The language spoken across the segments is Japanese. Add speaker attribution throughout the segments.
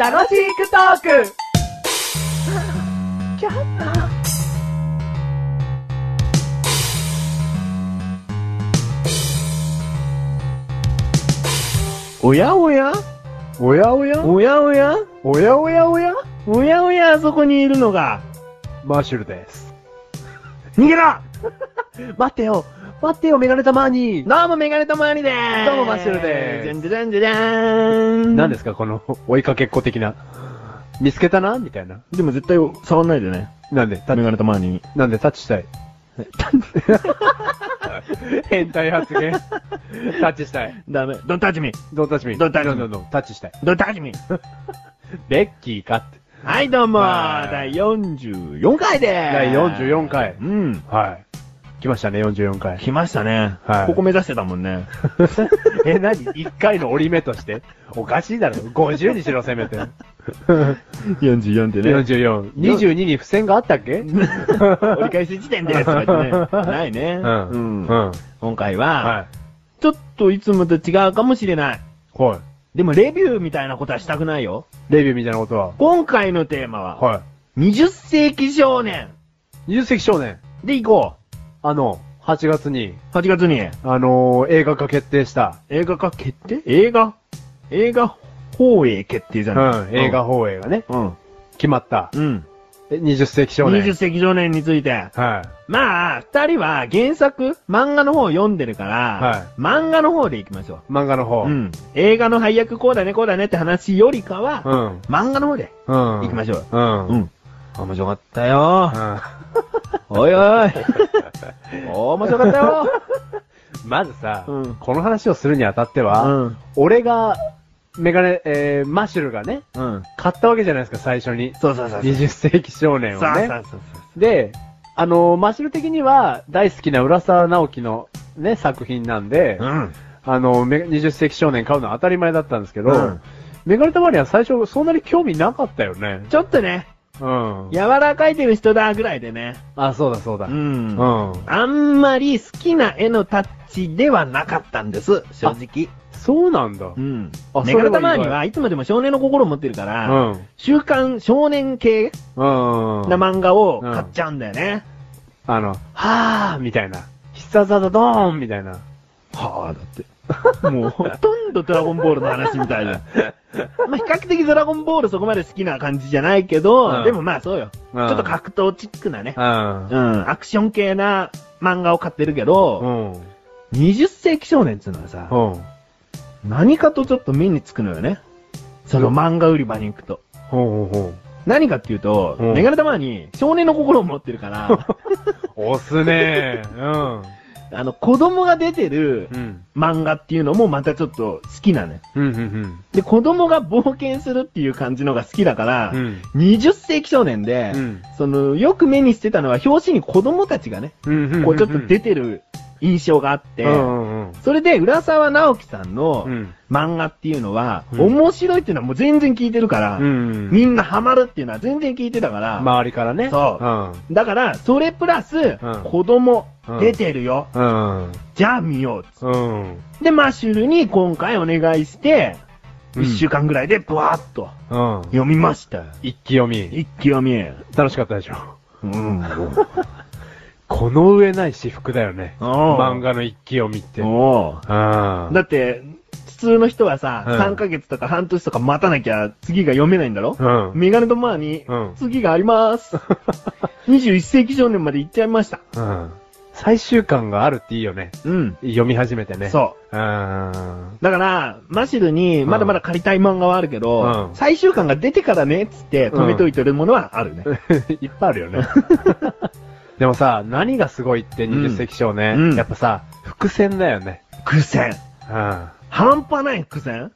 Speaker 1: 楽しくトーク
Speaker 2: おやおや
Speaker 3: おやおや
Speaker 2: おやおや
Speaker 3: おやおやおや
Speaker 2: おやおやあそこにいるのが
Speaker 3: マッシュルです。
Speaker 2: 逃げろ 待ってよ待ってよメガネたまにどうもメガネたまにでーす
Speaker 3: どうもマッシュルでーす
Speaker 2: じゃんじゃじゃんじゃじゃーん
Speaker 3: 何ですかこの追いかけっこ的な。見つけたなみたいな。
Speaker 2: でも絶対触んないでね。
Speaker 3: なんで、タ
Speaker 2: メガネたまにに。
Speaker 3: なんでタッチしたい変態発言。タッチしたい。
Speaker 2: ダメ。ドンタッチミ
Speaker 3: どうタッチミ
Speaker 2: どうタッチミ
Speaker 3: どうどうタッチしたい。
Speaker 2: ドンタッチミ
Speaker 3: ベッキーかって。
Speaker 2: はい、どうも
Speaker 3: まあ
Speaker 2: 第44回でーす
Speaker 3: 第44回。
Speaker 2: うん。
Speaker 3: はい。来ましたね、44回。
Speaker 2: 来ましたね。
Speaker 3: はい
Speaker 2: ここ目指してたもん ね。
Speaker 3: え、何 ?1 回の折り目としておかしいだろ。50にしろ、せめて。
Speaker 2: 44ってね。
Speaker 3: 44。22に付箋があったっけ
Speaker 2: 折り返し時点でとか言ってね。 ないね。
Speaker 3: うん
Speaker 2: うん
Speaker 3: うん。
Speaker 2: 今回は、
Speaker 3: はい。
Speaker 2: ちょっといつもと違うかもしれない。
Speaker 3: は
Speaker 2: でもレビューみたいなことはしたくないよ。
Speaker 3: い。レビューみたいなことは。
Speaker 2: 今回のテーマは、
Speaker 3: は
Speaker 2: 20世紀少年
Speaker 3: い。20世紀少年。
Speaker 2: で行こ
Speaker 3: あの、8月に、
Speaker 2: う。8月に
Speaker 3: あのー映画化決定した。
Speaker 2: 映画化決定映画映画放映決定じ
Speaker 3: う
Speaker 2: ゃない、
Speaker 3: ん、映画放映がね、
Speaker 2: うん。うん。
Speaker 3: 決まった。
Speaker 2: うん。
Speaker 3: え20世紀少年。
Speaker 2: 20世紀少年について。
Speaker 3: はい。
Speaker 2: まあ、二人は原作、漫画の方を読んでるから、
Speaker 3: は
Speaker 2: 漫画の方で行きましょ
Speaker 3: 漫画の方。
Speaker 2: う。うん。映画の配役こうだね、こうだねって話よりかは、
Speaker 3: うん。
Speaker 2: 漫画の方で
Speaker 3: うん。
Speaker 2: 行きましょう。
Speaker 3: う。うん。うん。
Speaker 2: ん。面白かったよおいお い。面白かったよ。
Speaker 3: まずさ、
Speaker 2: うん
Speaker 3: この話をするにあたっては、
Speaker 2: うん。
Speaker 3: 俺が、メガネ、えー、マッシュルがね、
Speaker 2: うん。
Speaker 3: 買ったわけじゃないですか、最初に。
Speaker 2: そうそうそうそう。
Speaker 3: 20世紀少年を
Speaker 2: そうそ
Speaker 3: ね。
Speaker 2: うそうそう。
Speaker 3: で、あのーマシュル的には、大好きな浦沢直樹のね、作品なんで、
Speaker 2: うん。
Speaker 3: あの、め20世紀少年買うのは当たり前だったんですけど、
Speaker 2: うん
Speaker 3: メガネたまりは最初そんなに興味なかったよね。
Speaker 2: ちょっとね、
Speaker 3: うん。
Speaker 2: 柔らかいてる人だぐらいでね。
Speaker 3: あ、そうだそうだ。
Speaker 2: ん
Speaker 3: うん。
Speaker 2: あんまり好きな絵のタッチではなかったんです、正直。
Speaker 3: そうなんだ。
Speaker 2: ん
Speaker 3: あ
Speaker 2: メ
Speaker 3: そ
Speaker 2: ガネ
Speaker 3: れは意外
Speaker 2: たまにはいつまでも少年の心を持ってるから、
Speaker 3: うん。
Speaker 2: 週刊少年系
Speaker 3: うん。
Speaker 2: な漫画を買っちゃうんだよね。
Speaker 3: あの、はぁーみたいな。必殺技ドーンみたいな。
Speaker 2: はあ、だって。もう、ほとんどドラゴンボールの話みたい な。まあ、比較的ドラゴンボールそこまで好きな感じじゃないけど、
Speaker 3: うん
Speaker 2: でもまあそうよ。
Speaker 3: うん
Speaker 2: ちょっと格闘チックなね、
Speaker 3: う
Speaker 2: うん、アクション系な漫画を買ってるけど、
Speaker 3: ん。うん。
Speaker 2: 20世紀少年っていうのはさ、
Speaker 3: うん。
Speaker 2: 何かとちょっと目につくのよね。その漫画売り場に行くと。
Speaker 3: ほうほうほう。
Speaker 2: 何かっていうと、
Speaker 3: うん
Speaker 2: メガネ玉に少年の心を持ってるから、
Speaker 3: 押すねー。
Speaker 2: あの、子供が出てる
Speaker 3: うん。うん。
Speaker 2: 漫画っていうのもまたちょっと好きなのよ。
Speaker 3: うん、うん、
Speaker 2: で、子供が冒険するっていう感じのが好きだから、
Speaker 3: うん。うん。
Speaker 2: 20世紀少年で、
Speaker 3: うん
Speaker 2: その、よく目にしてたのは、表紙に子供たちがね、
Speaker 3: うんうん。
Speaker 2: こうちょっと出てる印象があって、
Speaker 3: うん、うん、
Speaker 2: それで、浦沢直樹さんの
Speaker 3: うん。
Speaker 2: 漫画っていうのは、
Speaker 3: うん
Speaker 2: 面白いっていうのはもう全然聞いてるから、
Speaker 3: うん。
Speaker 2: みんなハマるっていうのは全然聞いてたから、
Speaker 3: 周りからね。
Speaker 2: そう
Speaker 3: う。
Speaker 2: だから、それプラス、
Speaker 3: うん
Speaker 2: 子供
Speaker 3: うん、
Speaker 2: 出てるよ、
Speaker 3: うん。うん。
Speaker 2: じゃあ見ようっつ
Speaker 3: うん。
Speaker 2: で、マッシュルに今回お願いして、
Speaker 3: うん
Speaker 2: 1週間ぐらいでブワーっと
Speaker 3: うん。
Speaker 2: 読みましたよ。
Speaker 3: 一気読み。
Speaker 2: 一気読み。
Speaker 3: 楽しかったでしょ。
Speaker 2: うん。
Speaker 3: この上ない私服だよね。漫
Speaker 2: 漫
Speaker 3: 画の一気読みって。うん。
Speaker 2: お
Speaker 3: だ
Speaker 2: うだって、普通の人はさ、
Speaker 3: うん
Speaker 2: 3ヶ月とか半年とか待たなきゃ次が読めないんだろ
Speaker 3: うん。
Speaker 2: メガネとマーに、
Speaker 3: うん
Speaker 2: 次があり ます。21世紀少年まで行っちゃいました。
Speaker 3: うん。最終巻があるっていいよね。
Speaker 2: うん。
Speaker 3: 読み始めてね。う。
Speaker 2: そうう。だから、マシルにまだまだ借りたい漫画はあるけど、
Speaker 3: うん
Speaker 2: 最終巻が出てからね、っつって止めといてるものはあるね。
Speaker 3: ん。いっ ぱいある よね。 でもさ、何がすごいって
Speaker 2: うん
Speaker 3: 20世紀少年、
Speaker 2: うん
Speaker 3: やっぱさ、伏線だよね。
Speaker 2: 伏線。
Speaker 3: うん。
Speaker 2: 半端ない伏線
Speaker 3: うん。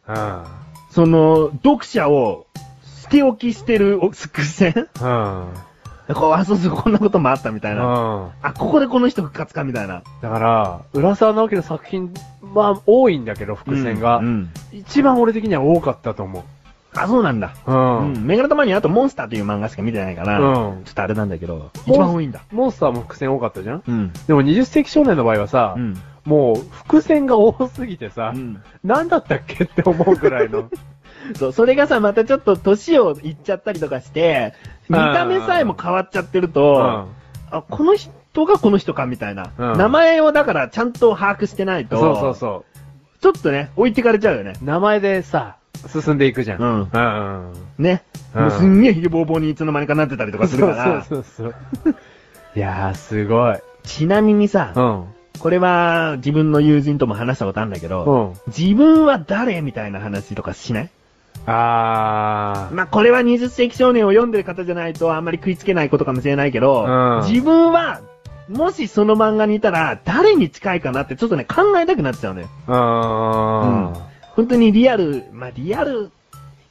Speaker 2: その、読者を、捨て置きしてるお伏線
Speaker 3: うん。
Speaker 2: こう、あ、そうそう、こんなこともあったみたいな。
Speaker 3: うん。
Speaker 2: あ、ここでこの人が勝つかみたいな。
Speaker 3: だから、浦沢直樹の作品は多いんだけど、伏線が。
Speaker 2: うんうん
Speaker 3: 一番俺的には多かったと思
Speaker 2: あ、そうなんだ。
Speaker 3: う。う。
Speaker 2: うんん。メガネたまにあとモンスターという漫画しか見てないから、
Speaker 3: うん
Speaker 2: ちょっとあれなんだけど、
Speaker 3: モン
Speaker 2: 一番多いんだ。
Speaker 3: モンスターも伏線多かったじゃん
Speaker 2: うん。
Speaker 3: でも20世紀少年の場合はさ、
Speaker 2: うん。
Speaker 3: もう、伏線が多すぎてさ、
Speaker 2: うん
Speaker 3: 何だったっけって思うぐらいの。
Speaker 2: そう、それがさ、またちょっと年をいっちゃったりとかして、見た目さえも変わっちゃってる
Speaker 3: う
Speaker 2: と、
Speaker 3: ん
Speaker 2: あ、この人がこの人かみたいな。
Speaker 3: うん
Speaker 2: 名前をだからちゃんと把握してないと、
Speaker 3: そうそうそ
Speaker 2: ちょっとね、置いてかれちゃうよね。
Speaker 3: う。名前でさ、進んでいくじゃん。
Speaker 2: うん
Speaker 3: うん。
Speaker 2: ね。
Speaker 3: うん
Speaker 2: もうすんげえひげぼうぼうにいつの間にかなってたりとかするから。
Speaker 3: そうそうそうそう。いやー、すごい。
Speaker 2: ちなみにさ、
Speaker 3: うん。
Speaker 2: これは自分の友人とも話したことあるんだけど、
Speaker 3: うん。
Speaker 2: 自分は誰みたいな話とかしない
Speaker 3: あー。
Speaker 2: まあ、これは20世紀少年を読んでる方じゃないとあんまり食いつけないことかもしれないけど、
Speaker 3: うん
Speaker 2: 自分は、もしその漫画にいたら、誰に近いかなってちょっとね、考えたくなっちゃうのよ。
Speaker 3: うん。
Speaker 2: 本当にリアル、まあ、リアル、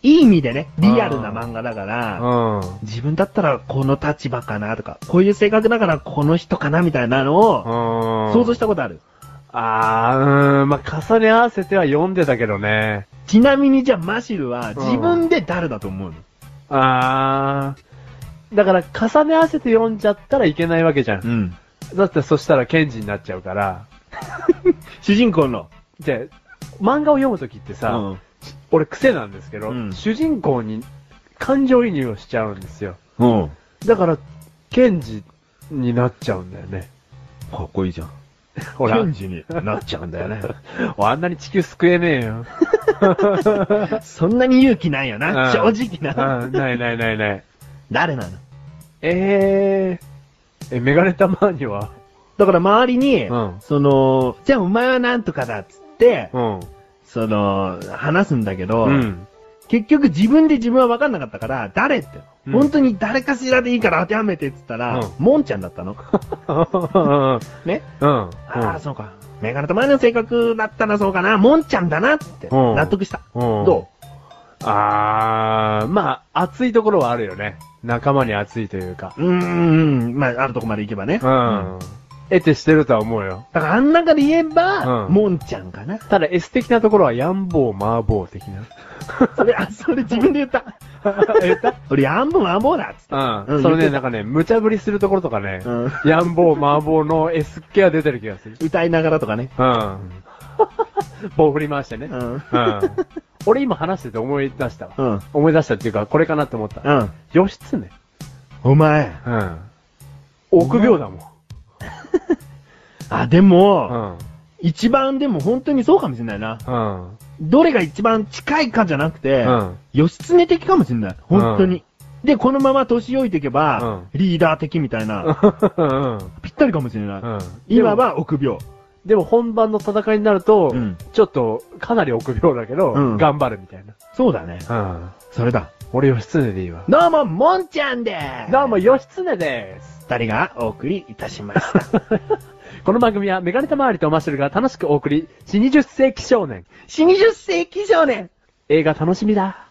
Speaker 2: いい意味でね、リアルな漫画だから、
Speaker 3: うん。
Speaker 2: 自分だったらこの立場かなとか、こういう性格だからこの人かなみたいなのを、
Speaker 3: うん。
Speaker 2: 想像したことある。
Speaker 3: あー、うん。まあ、重ね合わせては読んでたけどね。
Speaker 2: ちなみにじゃあマシルは
Speaker 3: うん
Speaker 2: 自分で誰だと思うの、
Speaker 3: あー。だから、重ね合わせて読んじゃったらいけないわけじゃん。
Speaker 2: ん、
Speaker 3: だって、そしたら、ケンジになっちゃうから。
Speaker 2: 主人公の。
Speaker 3: じゃあ漫画を読むときってさ、
Speaker 2: うん
Speaker 3: 俺癖なんですけど、
Speaker 2: うん
Speaker 3: 主人公に感情移入をしちゃうんですよ。
Speaker 2: うん。
Speaker 3: だから、ケンジになっちゃうんだよね。
Speaker 2: かっこいいじゃん。
Speaker 3: ほら、
Speaker 2: ジになっちゃうんだよね。
Speaker 3: あんなに地球救えねえよ。
Speaker 2: そんなに勇気ないよな、
Speaker 3: うん
Speaker 2: 正直な。
Speaker 3: うんないないないない。
Speaker 2: 誰なの
Speaker 3: えー、え、メガネたまには
Speaker 2: だから周りに、
Speaker 3: うん
Speaker 2: その、じゃあお前はなんとかだっつって、
Speaker 3: うん。
Speaker 2: その、話すんだけど、
Speaker 3: うん。
Speaker 2: 結局自分で自分は分かんなかったから、誰って、
Speaker 3: うん
Speaker 2: 本当に誰かしらでいいから当てはめてって言ったら、
Speaker 3: うん
Speaker 2: モンちゃんだった の。
Speaker 3: うん。
Speaker 2: ね。
Speaker 3: うん。
Speaker 2: ああ、そうか。メガネと前の性格だったらそうかな、モンちゃんだなって、
Speaker 3: うん
Speaker 2: 納得した。
Speaker 3: うん。
Speaker 2: ど
Speaker 3: うあー、まあ、熱いところはあるよね。仲間に熱いというか。
Speaker 2: ううーん、まあ、あるとこまで行けばね。
Speaker 3: うん。得てしてるとは思うよ。
Speaker 2: だからあん中で言えば、
Speaker 3: うん
Speaker 2: モンちゃんかな。
Speaker 3: ただ S 的なところはヤンボー、マーボー的な。
Speaker 2: それ、あ、それ自分で言った。
Speaker 3: 言った
Speaker 2: 俺、ヤンボマンボーだっつって。
Speaker 3: う
Speaker 2: うん
Speaker 3: ん。そ
Speaker 2: 言って
Speaker 3: れね、
Speaker 2: た
Speaker 3: なんかね、無茶ぶりするところとかね、
Speaker 2: うん
Speaker 3: ヤンボー、マーボーの S 系は出てる気がする。
Speaker 2: 歌いながらとかね。
Speaker 3: うん。棒振り回してね。
Speaker 2: うん。
Speaker 3: うん。俺今話してて思い出したわ。
Speaker 2: うん。
Speaker 3: 思い出したっていうか、これかなって思った。
Speaker 2: うん。
Speaker 3: 義経。
Speaker 2: お前。
Speaker 3: うん。臆病だもん。
Speaker 2: あ、でも、
Speaker 3: うん。
Speaker 2: 一番でも本当にそうかもしれないな。
Speaker 3: うん。
Speaker 2: どれが一番近いかじゃなくて、
Speaker 3: うん。
Speaker 2: 義経的かもしれない。本当に。で、このまま年老いていけば、リーダー的みたいな、
Speaker 3: うん。
Speaker 2: ぴったりかもしれない。
Speaker 3: うん。
Speaker 2: 今は臆病。
Speaker 3: でも本番の戦いになると、
Speaker 2: うん
Speaker 3: ちょっとかなり臆病だけど、
Speaker 2: うん
Speaker 3: 頑張るみたい
Speaker 2: そうだね。
Speaker 3: な。うん。
Speaker 2: それだ。
Speaker 3: 俺義経でいいわ。
Speaker 2: どうも、もんちゃんです。
Speaker 3: どうも、義経です。
Speaker 2: 二人がお送りいたしま した。
Speaker 3: この番組はメガネタ周りとマッシュルが楽しくお送り、新20世紀少年。
Speaker 2: 新20世紀少年
Speaker 3: 映画楽しみだ。